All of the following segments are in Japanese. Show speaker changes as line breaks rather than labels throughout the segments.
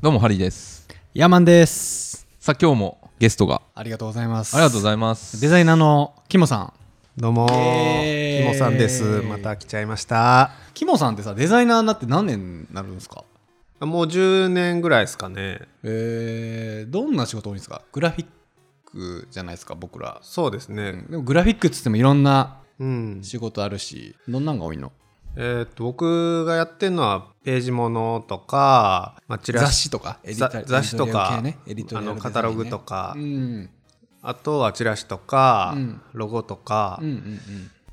どうもハリーです
ヤーマンです。
さあ今日もゲストが
ありがとうございます。
ありがとうご
い
ざいます
デザイナーのキモさん。
どうも
イエー
ー、
イ
キモさんです。また来ちゃいました。
キモさんってさ、デザイナーになって何年になるんですか
もう10年ぐらいですかね。
えー、どんな仕事多いんですかグラフィックじゃないですか、僕ら。
そうですね。
でもグラフィックっつってもいろんな
うん。
仕事あるし、どんなんが多いの
えーっと、僕がやってるのは、ページものとか、まあ、チラ
雑
シ、
誌とかエディタ
ざ
リ
雑誌と
エ
か、
ディト
あ
リアルデザイン
の、カ
ね
タログとか、
うん。
あとはチラシとか、
うん
ロゴとか、
うんうんうん。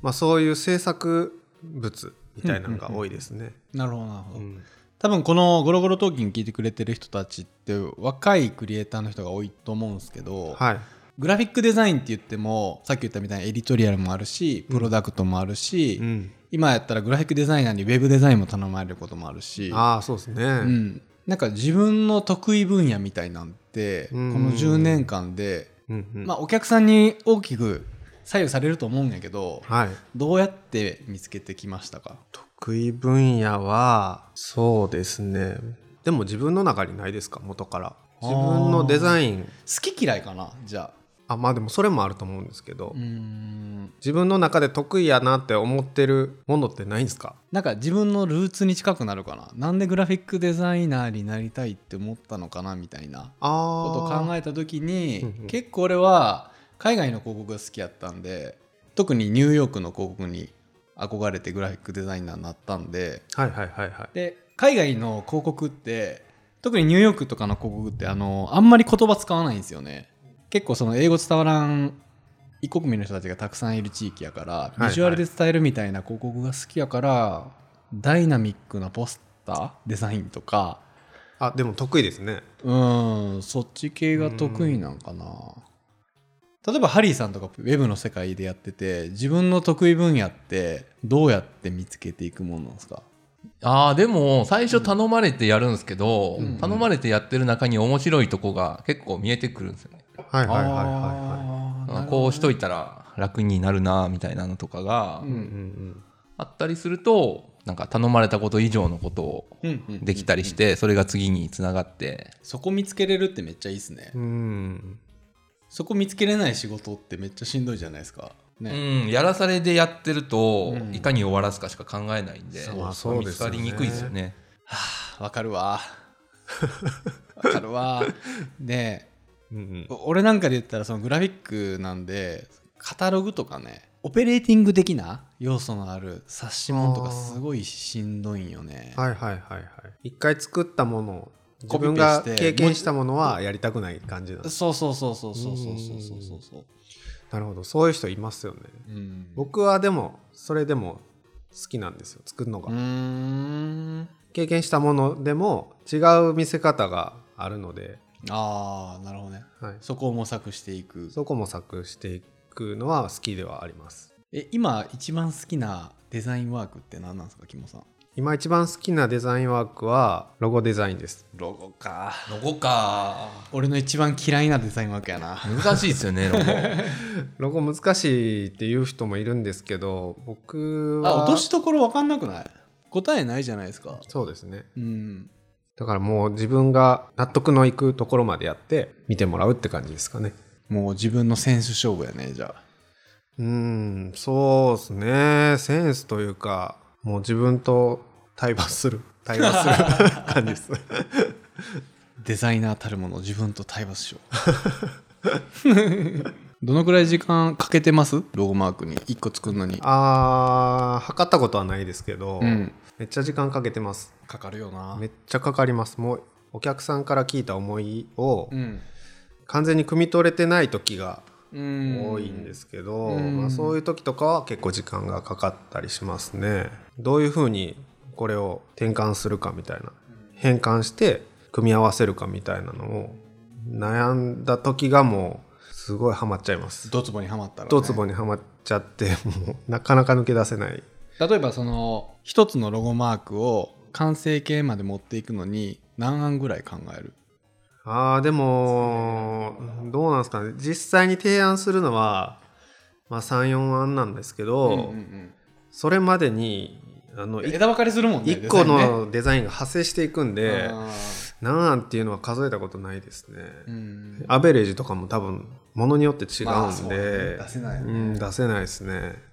まあ、そういう制作物みたいなのが多いですね。
なるほど、なるほど。
うん
多分このゴロゴロトーキン聞いてくれてる人たちって若いクリエイターの人が多いと思うんですけど、
はい。
グラフィックデザインって言ってもさっき言ったみたいにエディトリアルもあるしプロダクトもあるし、
うん。
今やったらグラフィックデザイナーにウェブデザインも頼まれることもあるし、
ああ、そうですね。
うん、なんか自分の得意分野みたいなんて、
うん
この10年間で、
うんうん
まあ、お客さんに大きく左右されると思うんやけど、
はい。
どうやって見つけてきましたか
得意分野はそうですねでも自分の中にないですか元から
あー
自分のデザイン
好き嫌いかなじゃあ
あまあでもそれもあると思うんですけど、
うーん
自分の中で得意やなって思ってるものってないんですか
なんか自分のルーツに近くなるかななんでグラフィックデザイナーになりたいって思ったのかなみたいな
あ
ことを考
え
えた時に、
うんうん
結構俺は海外の広告が好きやったんで特にニューヨークの広告に憧れてグラフィックデザイナーになったんで
はいはいはいはい
で海外の広告って特にニューヨークとかの広告ってあのあんまり言葉使わないんですよね結構その英語伝わらん異国民の人たちがたくさんいる地域やから、
いはい
ビジュアルで伝えるみたいな広告が好きやからダイナミックなポスターデザインとか
あでも得意ですね
うんそっち系が得意なんかな例えばハリーさんとかウェブの世界でやってて自分の得意分野ってどうやって見つけていくものなんですか
あーでも最初頼まれてやるんですけど、
うん
頼まれてやってる中に面白いとこが結構見えてくるんですよね、
はいはいはい
あ
は
ー
あこうしといたら楽になるなみたいなのとかが
う
いはいうん
ん
うん
あったりするとなんか頼まれたこと以上のことを
うんうん
できたりしてそれが次につながって
そこ見つけれるってめっちゃいいっすね、
うんうん
そこ見つけれない仕事ってめっちゃしんどいじゃないですか
う
ね、
んやらされでやってると
うん
いかに終わらすかしか考えないんで
そうそう
見
で
つ
すよ
か
ね
りにくいですよ ね
わかるわ わかるわね
うんうん
え俺なんかで言ったらそのグラフィックなんでカタログとかねオペレーティング的な要素のある冊子もんとかすごいしんどいんよね
はいはいはいはい一回作ったものを自
コピペ
分
して
が経験したものはやりたくない感じなんです
そうそうそうそうそうそうそうそうそうそう
なるほどそういう人いますよね
うん
僕はでもそれでも好きなんですよ作るのが、
うーん
経験したものでも違う見せ方があるので、
ああなるほどね
はい、
そこを模索していく
そこも作していくのは好きではあります
え今一番好きなデザインワークって何なんですかキモさん
今一番好きなデザインワークはロゴデザインです
ロゴか
ロゴか
俺の一番嫌いなデザインワークやな
難しいですよねロゴ
ロゴ難しいっていう人もいるんですけど僕は
あ落としどころ分かんなくない答えないじゃないですか
そうですね
うん
だからもう自分が納得のいくところまでやって見てもらうって感じですかね
もう自分のセンス勝負やねじゃあ
うーん、そうですね。センスというか、もう自分と対話 する、対話する 感じです。
デザイナーたるもの自分と対話し ようどのくらい時間かけてますロゴマークに1個作るのに
あー、測ったことはないですけど、
うん
めっちゃ時間かけてます。
かかるよな
めっちゃかかります。もうお客さんから聞いた思いを
うん
完全に汲み取れてない時が
うん
多いんですけど、
うん
まあ、そういう時とかは結構時間がかかったりしますね。どういうふうにこれを転換するかみたいな変換して組み合わせるかみたいなのを悩んだ時がもうすごいハマっちゃいます。
ドツボにはまったら、ね、
ドツボにはまっちゃって もうなかなか抜け出せない。
例えばその一つのロゴマークを完成形まで持っていくのに何案ぐらい考える
あーでもどうなんですかね実際に提案するのは、まあ、34案なんですけど、それまでにあの
枝分かれするもんね
一個
デザインね
のデザインが派生していくんで、
あー
なんていうのは数えたことないですね、
うん
アベレージとかも多分ものによって違
ま
う
あ
ん
そうだ
で
ね、出せないよね
うん、出せないですね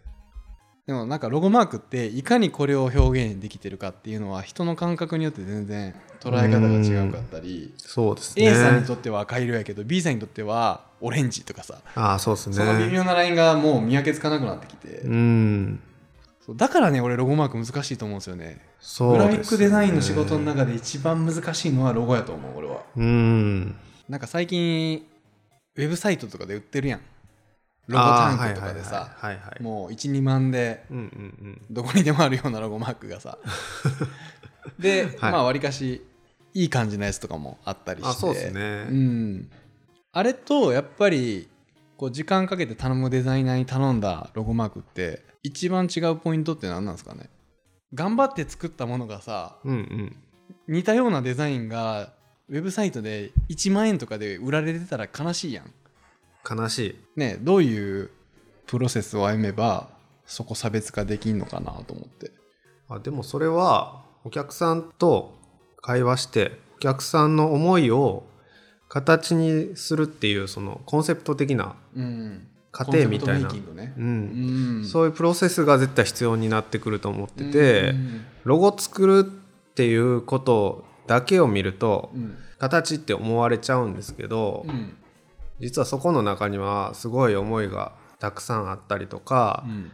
でもなんかロゴマークっていかにこれを表現できてるかっていうのは人の感覚によって全然捉え方が違うかったり
そうですね
A さんにとっては赤色やけど B さんにとってはオレンジとかさ
ああそうですね
その微妙なラインがもう見分けつかなくなってきて、
うん
そうだからね俺ロゴマーク難しいと思うんですよね
そう
グ
です
ラ
ね
フィックデザインの仕事の中で一番難しいのはロゴやと思う俺は
うん
なんか最近ウェブサイトとかで売ってるやんロゴタンクとかでさ
あーはいはいはいはいはい
もう12万で
うんうん
どこにでもあるようなロゴマークが さで、
はい
まあわりかしいい感じのやつとかもあったり
う
し
ん
て
あそうですね、
うん、あれとやっぱりこう時間かけて頼むデザイナーに頼んだロゴマークって一番違うポイントって何なんですかね頑張って作ったものがさ
うんうん
似たようなデザインがウェブサイトで1万円とかで売られてたら悲しいやん。
悲しい
ねどういうプロセスを歩めばそこ差別化できんのかなと思って。
あでもそれはお客さんと会話してお客さんの思いを形にするっていうそのコンセプト的な
うん、
過程みたいな、
コンセプトメイキングね
う
うんん、
そういうプロセスが絶対必要になってくると思ってて、
うん
ロゴ作るっていうことだけを見ると
うん
形って思われちゃうんですけど、
うん
実はそこの中にはすごい思いがたくさんあったりとか、
うん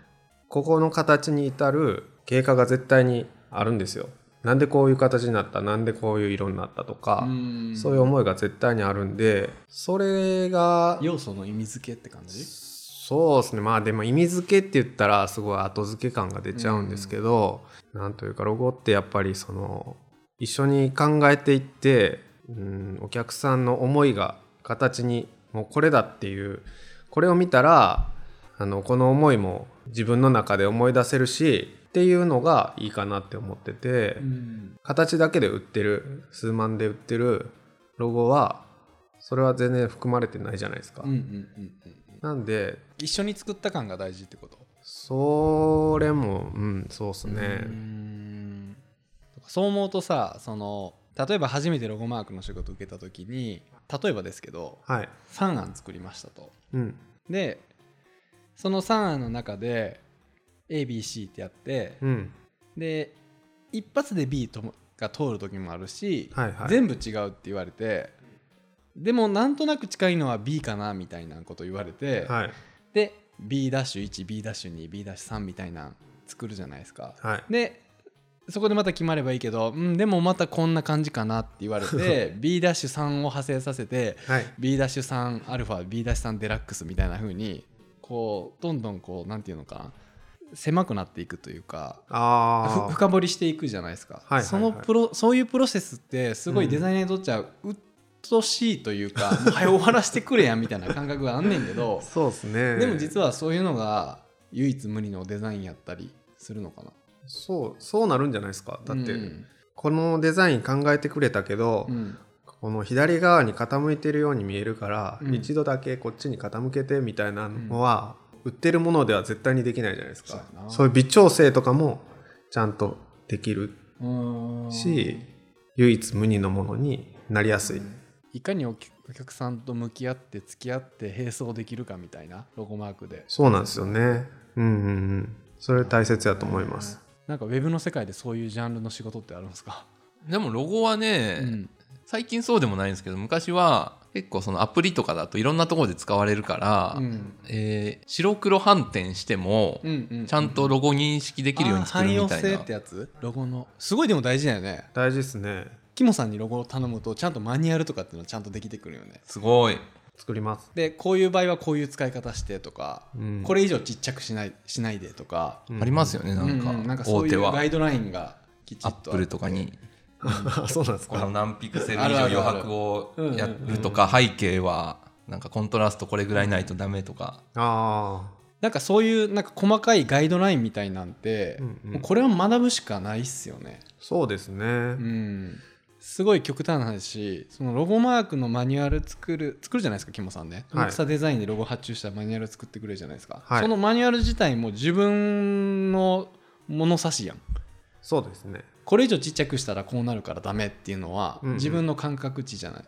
ここの形に至る経過が絶対にあるんですよ。なんでこういう形になったなんでこういう色になったとか、
うん
そういう思いが絶対にあるんでそれが
要素の意味付けって感じ
そうですねまあでも意味付けって言ったらすごい後付け感が出ちゃうんですけど、なんというかロゴってやっぱりその一緒に考えていって、うん、お客さんの思いが形にもうこれだっていうこれを見たらあのこの思いも自分の中で思い出せるしっていうのがいいかなって思ってて、
うん
形だけで売ってる数万で売ってるロゴはそれは全然含まれてないじゃないですか。
うんうんうんうん
なんで
一緒に作った感が大事ってこと
それも、うん、そうっすね。
ねそう思うとさその例えば初めてロゴマークの仕事を受けた時に例えばですけど
はい。
3案作りましたと
うん。
でその3案の中で ABC ってやって、
うん。
で一発で B ともが通る時もあるし、
はいはい。
全部違うって言われてでもなんとなく近いのは B かなみたいなこと言われて、
はい。
で B'1B'2B'3 みたいな作るじゃないですか
はい。
でそこでまた決まればいいけど、うん、でもまたこんな感じかなって言われ て B'3 を派生させて
はい。
B'3 アルファ B'3 デラックスみたいな風にこうどんどんこうなんていうのかな狭くなっていくというか
あ
ふ
あ。
深掘りしていくじゃないですか、
はいはいはい
そのプロそういうプロセスってすご
う
い
ん
デザイナーにとっちゃううっとしいという か、もう早終わらせてくれやみたいな感覚があんねんけど
そうっすね。
でも実
は。
はそういうのが唯一無二のデザインやったりするのかな
そう、そうなるんじゃないですか。だって、
うん
このデザイン考えてくれたけど、
うん
この左側に傾いてるように見えるから、
うん
一度だけこっちに傾けてみたいなのは、売ってるものでは絶対にできないじゃないですか
そうや。な
そういう微調整とかもちゃんとできる
うーん
し、唯一無二のものになりやすい。
いかにお客お客さんと向き合って付き合って並走できるかみたいなロゴマークで
そうなんですよね。うんうんうん。それ大切だと思います。
なんかウェブの世界でそういうジャンルの仕事ってあるんですか、
でもロゴはね、
うん
最近そうでもないんですけど昔は結構そのアプリとかだといろんなところで使われるから、
うん
えー白黒反転しても、
うんうん
ちゃんとロゴ認識できるように作るみ
あ
た
ー
い
汎
な
用性ってやつロゴのすごいでも大事だよね
大事ですね。
キモさんにロゴを頼むとちゃんとマニュアルとかっていうのはちゃんとできてくるよね
すごい
作ります。
でこういう場合はこういう使い方してとか、
うん
これ以上ちっちゃくしないしないでとか、
うん
ありますよね、なんか,、
ううなんかそ
大
うい
手
う
は
ガイドラインがきちっ
ア
と
ップルとかに
そうなんです
この。何ピクセル以
ある
上
ある
余
ある
白をやるとか背景はなんかコントラストこれぐらいないとダメとか
あ
なんかそういうなんか細かいガイドラインみたいなんて、
うんうん
もうこれは学ぶしかないっすよね
あ、そうですね。
うんすごい極端な話そのロゴマークのマニュアル作る作るじゃないですかキモさんね
はい
大きさデザインでロゴ発注したマニュアル作ってくれるじゃないですか、
はい
そのマニュアル自体も自分の物差しやん
そうですね。
これ以上ちっちゃくしたらこうなるからダメっていうのは、
うんうん
自分の感覚値じゃない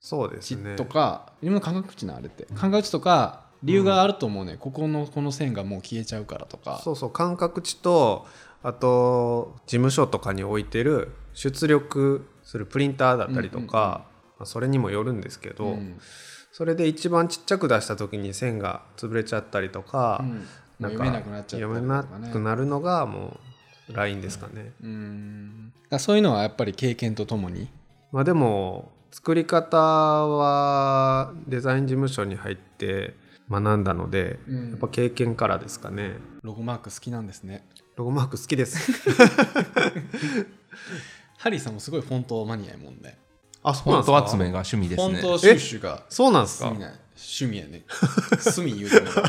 そうです
値
ね
とか、自分の感覚値なあれって感覚値とか理由があると思うね、ここのこの線がもう消えちゃうからとか
そうそう感覚値とあと事務所とかに置いてる出力するプリンターだったりとか、まあそれにもよるんですけど、
ん
それで一番ちっちゃく出した時に線が潰れちゃったりとか,、
うんもう読めなくなっちゃったりとか
読
ね
めなくなるのがもうラインですかね、
うんだからそういうのはやっぱり経験とともに
まあでも作り方はデザイン事務所に入って学んだので、
うん
やっぱ経験からですかね
ロゴマーク好きなんですね
ロゴマーク好きです
ハリーさんもすごいフォントマニアやもんね
あそ
フォント集めが趣味です
フ
ね
ォント収集が
そうなんです
好
か
きな趣味やね趣味言うても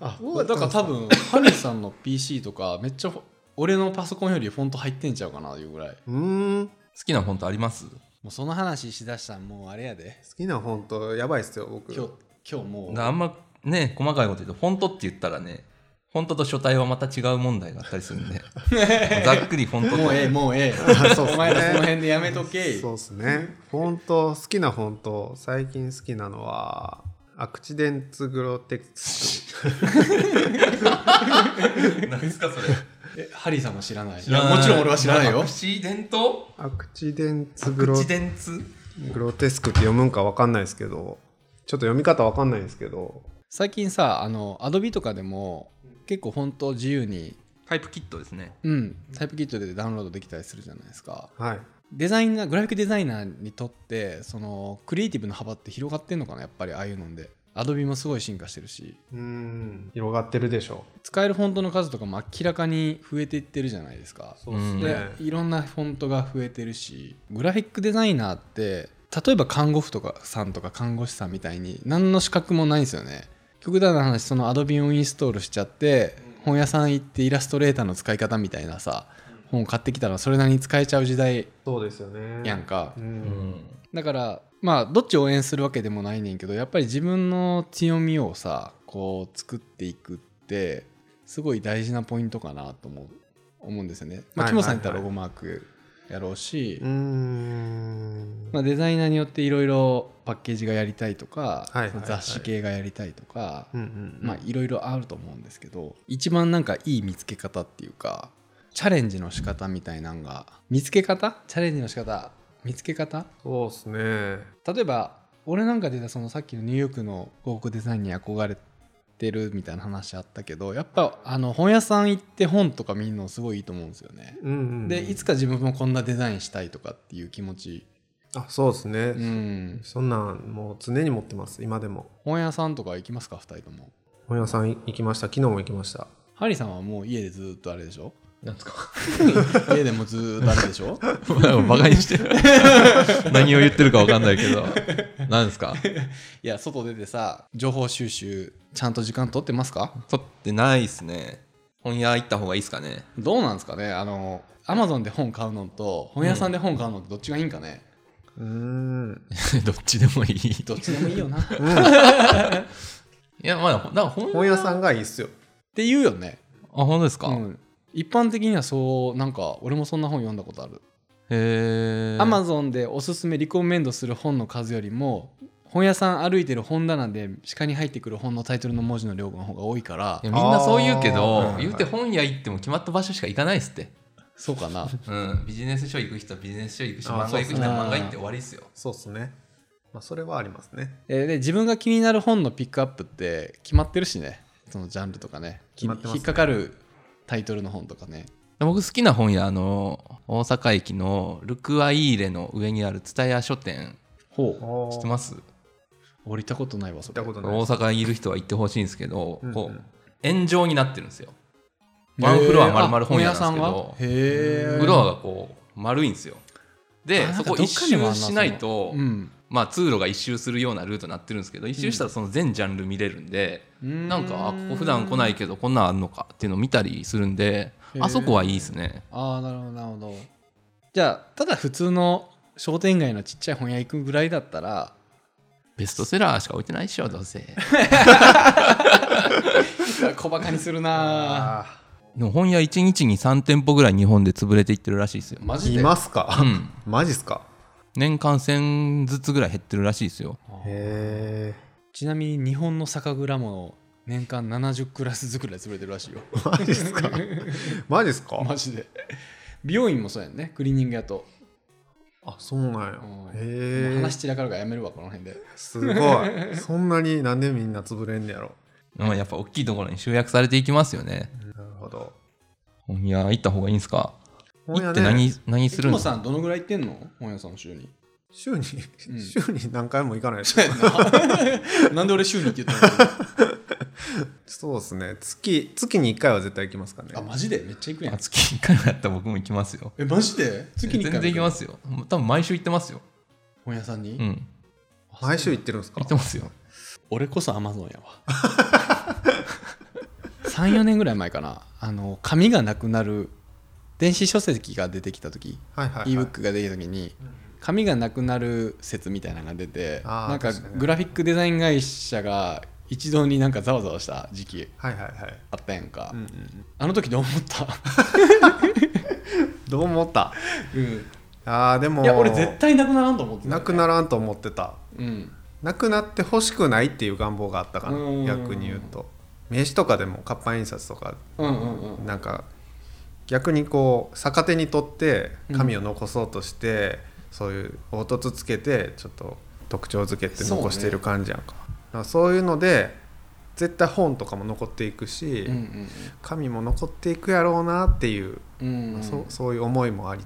あ
うだから多分ハリーさんの PC とかめっちゃ俺のパソコンよりフォント入ってんちゃうかないうぐらいう
ーん好
好きなフォントあります
もうその話しだしたらもうあれやで
きなフォントやばいっすよ僕
今日今日もう
あんまね細かいこと言うとフォントって言ったらねフォントと書体はまた違う問題があったりするん でざっくりフォントと
もうええもうええ
そうっすね
お前らその辺でやめとけ
そうですねフォント好きなフォント最近好きなのはアクチデンツグロテク ス
何ですかそれ
えハリーさんも知らない
知らない
やもちろん俺は知らないよ
アクシデント
アクチデンツ
ア
グロ
クチデンツ
グロテスクって読むんかわかんないですけどちょっと読み方わかんないんですけど
最近さあのアドビとかでも結構フォント自由に
タイプキットですね
うんタイプキットでダウンロードできたりするじゃないですか
はい
デザイナーグラフィックデザイナーにとってそのクリエイティブの幅って広がってんのかなやっぱりああいうのでアドビもすごい進化してるし
うーん広がってるでしょ
使えるフォントの数とかも明らかに増えていってるじゃないですか
そう
っすね
でいろんなフォントが増えてるしグラフィックデザイナーって例えば看護婦とかさんとか看護師さんみたいに何の資格もないんですよね極端な話そのアドビをインストールしちゃって本屋さん行ってイラストレーターの使い方みたいなさ本を買ってきたらそれなりに使えちゃう時代
そうですよね
やんか
う
うんん
だからまあどっちを応援するわけでもないねんけどやっぱり自分の強みをさこう作っていくってすごい大事なポイントかなと思う思うんですよね。まあ、
はい
キモ
はいはい
さんやったらロゴマークやろうし、
うーん
まあ、デザイナーによっていろいろパッケージがやりたいとか、
はいはいはい
雑誌系がやりたいとか、
うんうんうん
まあいろいろあると思うんですけど一番なんかいい見つけ方っていうかチャレンジの仕方みたいなんが見つけ方チャレンジの仕方見つけ方
そうですね
例えば俺なんかでそのさっきのニューヨークの広告デザインに憧れてるみたいな話あったけどやっぱあの本屋さん行って本とか見るのすごいいいと思うんですよね。
うんうんうん
でいつか自分もこんなデザインしたいとかっていう気持ち、
あそうですね、
うん、
そんなんもう常に持ってます今でも
本屋さんとか行きますか2人とも
本屋さん行きました昨日も行きました
ハリーさんはもう家でずーっとあれでし ょ
なん ですか
家でもずーっとあれでし ょ
バカにしてる何を言ってるか わかんないけど何ですか
いや外出てさ情報収集ちゃんと時間取ってますか
撮ってないっすね本屋行った方がいいっすかね
どうなんですかねあのアマゾンで本買うのと本屋さんで本買うのってどっちがいいんかね、
うーん
どっちでもいい。
どっちでもいいよなっ
いや、まあ、だから本
本屋さんがいいっすよ
て言うよね、
あ、本当ですか、
う
へ
ん、一般的にはそうなんか俺もそんな本読んだことある
え。
アマゾンでおすすめリコメンドする本の数よりも本屋さん歩いてる本棚で下に入ってくる本のタイトルの文字の量の方が多いから
いやみんなそう言うけ
あーはい
ど
は、い
言うて本屋行っても決まった場所しか行かないっすって。
そうかな
うん、ビジネス書行く人はビジネス書行くし、
あー
漫画行く人
そうっす
は
ね
漫画行って終わりっすよ。
そうっすねまあそれはありますね
えーで自分が気になる本のピックアップって決まってるしねそのジャンルとかね
決まってますね
引っかかるタイトルの本とかね
僕好きな本屋、あの、大阪駅のルクアイーレの上にある蔦屋書店、
ほう
知
知ってます
降りたことないわそ
行っ
れ
たことない
大阪にいる人は行ってほしいんですけど、
うん
こ
う
うん円状になってるんですよ。ワンフロア丸々本屋
あさん
な
は
んです
へえ
フロアがこう、丸いんですよ。で、そこ一周しないと、
うん
まあ、通路が一周するようなルートになってるんですけど一周したらその全ジャンル見れるんで、なんかあここ普段来ないけどこんなんあんのかっていうのを見たりするんで
へー
あそこはいいですね
ああなるほどなるほどじゃあただ普通の商店街のちっちゃい本屋行くぐらいだったら
ベストセラーしか置いてないっしょどうせ
小バカにするな
あ
でも本屋1日に3店舗ぐらい日本で潰れていってるらしいですよ、
マジ
い
で
ますか、
うん、
マジっすか
年間1000ずつぐらい減ってるらしいですよ
へ
ちなみに日本の酒蔵も年間70クラスずくらい潰れてるらしいよ
えマジっす かマジっすか
マジで美容院もそうやんねクリーニング屋と、
あそうなんや
うんもう
へえ
話散らかるからやめるわこの辺です
ごいそんなになんでみんな潰れんねやろ
まあやっぱ大きいところに集約されていきますよね
なるほど
本屋行った方がいいんですか
本
行
屋
って
ね
何何す
いつ
るん
も
ですか
さんどのぐらい行ってんの本屋さん 週に
週に、
うん
週に何回も行かないでし ょ
なんで俺週にって言ったの
そうですね月月に1回は絶対行きますかね
あマジでめっちゃ行くや
あ
ん
月1回だったら僕も行きますよ
えマジで月に一
全
回
然行き
も
ますよ多分毎週行ってますよ
本屋さんに、
うん
毎週行ってるんですか
行ってますよ
俺こそアマゾンやわ 34年ぐらい前かなあの紙がなくなる電子書籍が出てきた時
はいはい、はい、
ebook が出た時に紙がなくなる説みたいなのが出て
あー
なんか
確かに
グラフィックデザイン会社が一度になんかざわざわした時期
はいはいはい、
あったやんか、
うんうんうん、
あの時どう思った、
どう思った
うん、
あーでも
いや俺絶対なくならんと思ってたよね、
なくならんと思ってた
うん
なくなってほしくないっていう願望があったか
う
なん逆に言うと名刺とかでも活版印刷とか
うんうんうん
なんか逆にこう逆手に取って紙を残そうとして、そういう凹凸つけてちょっと特徴付けて残している感じやんかだからそういうので絶対本とかも残っていくし、
うん
紙も残っていくやろうなっていう、
うんうん
そそういう思いもあり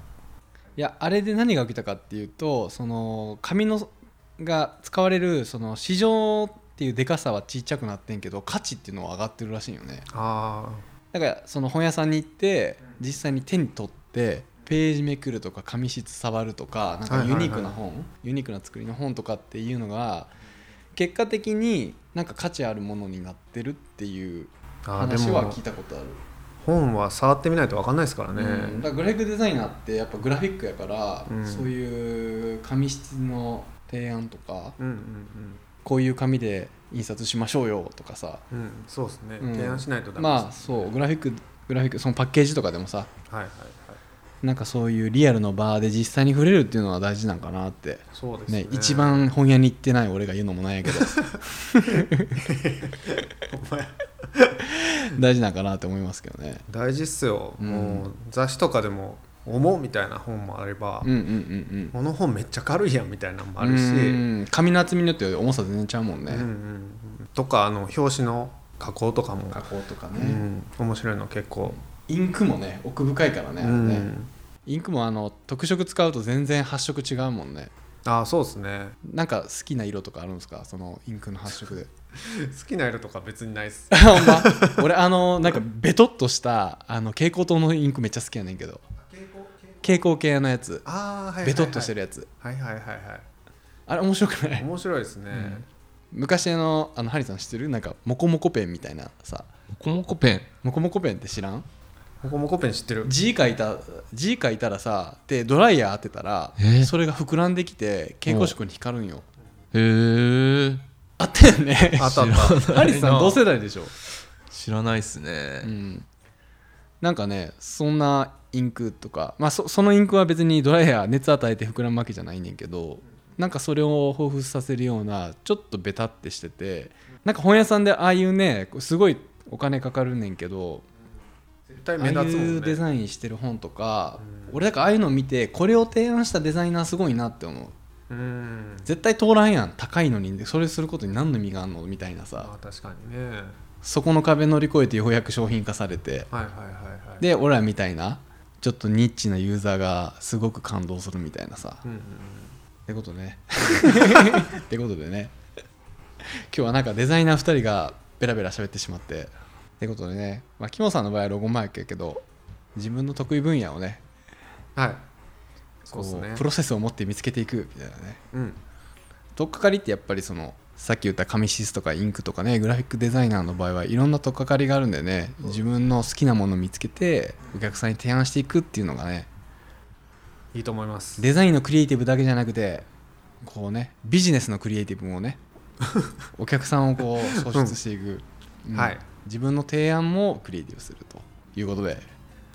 いやあれで何が起きたかっていうとその紙のが使われるその市場っていうでかさはちっちゃくなってんけど価値っていうのは上がってるらしいよね
あ
だからその本屋さんに行って実際に手に取ってページめくるとか紙質触るとかなんかユニークな本、ユニークな作りの本とかっていうのが結果的になんか価値あるものになってるっていう
ーあー
話
で
は
も
聞いたことある
本は触ってみないと分かんないですからね、
うん、だからグラフィックデザイナーってやっぱグラフィックやから、
うん
そういう紙質の提案とか
うんうん
こういう紙で印刷しましょうよとかさ
うんうんそうですね、
うん
提案しないとダメ
まあ
です、
そうグラフィックグラフィックそのパッケージとかでもさ
はいはいはい
なんかそういうリアルの場で実際に触れるっていうのは大事なんかなって、
そうですね
ね一番本屋に行ってない俺が言うのもなんやけど
お前
大事なんかなって思いますけどね
大事っすよ、
うん
もう雑誌とかでも「思う」みたいな本もあれば、
うんうんうん
この本めっちゃ軽いやんみたいなのも
うん
あるし、
うんうん紙の厚みによって重さ全然ちゃうもんね、
うんうんうんとかあの表紙の加工とかも、
加工とか
う
ね、
ん、面白いの結構、
インクもね奥深いからね,、ね
うん、
インクもあの特色使うと全然発色違うもんね
ああそうですね
なんか好きな色とかあるんですかそのインクの発 色で
好きな色とか別にないっす
ほんま俺あのなんかベトっとしたあの蛍光灯のインクめっちゃ好きやねんけど蛍光系のやつ
ああはいはい、はい、
ベトっとして
る
るやつ
はいはいはいは
あれ面白くないい
面白いですね、
昔あのあのハリーさん知ってるなんかモコモコペンみたいなさ
モコモコペン
モコモコペンって知らん
モコモコペン知ってる
字書いた字書いたらさでドライヤー当てたら
えー
それが膨らんできて蛍光色に光るんよ
へえ
あったよね
あったあった
ハリスさん同世代でしょ、
知らないっすね、
うん、なんかねそんなインクとか、まあ、そそのインクは別にドライヤー熱与えて膨らむわけじゃないねんけどなんかそれを彷彿させるようなちょっとベタってしててなんか本屋さんでああいうねすごいお金かかるねんけど
絶対
あ
目
あい
立つもん
うデ
ね
ザインしてる本とか俺だからああいうの見てこれを提案したデザイナーすごいなって思う
うん
絶対通らんやん高いのにそれすることに何の意味があんのみたいな
あ
さ
ー確かにね
そこの壁乗り越えてようやく商品化されて
はいはいはいはい
で俺らみたいなちょっとニッチなユーザーがすごく感動するみたいなさ
うんうんうん
ってこと ねってことでね今日はなんかデザイナー2人がベラベラ喋ってしまってってことでね、まあ、キモさんの場合はロゴマークやけど自分の得意分野をね
はいそ
こ
う
う
ですね
プロセスを持って見つけていくみたいなね
うん
取っかかりってやっぱりそのさっき言った紙質とかインクとかねグラフィックデザイナーの場合はいろんな取っかかりがあるんでね自分の好きなものを見つけてお客さんに提案していくっていうのがね
いいと思います
デザインのクリエイティブだけじゃなくてこうねビジネスのクリエイティブもねお客さんをこう創出していく、うん
はい
自分の提案もクリエイティブするということで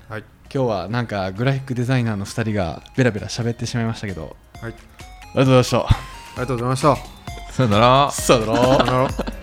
はい
今日はなんかグラフィックデザイナーの2人がベラベラ喋ってしまいましたけど
は
あ
い
りがとうございまし
ありがとうございました
さよなら
た。さよなら
さよなら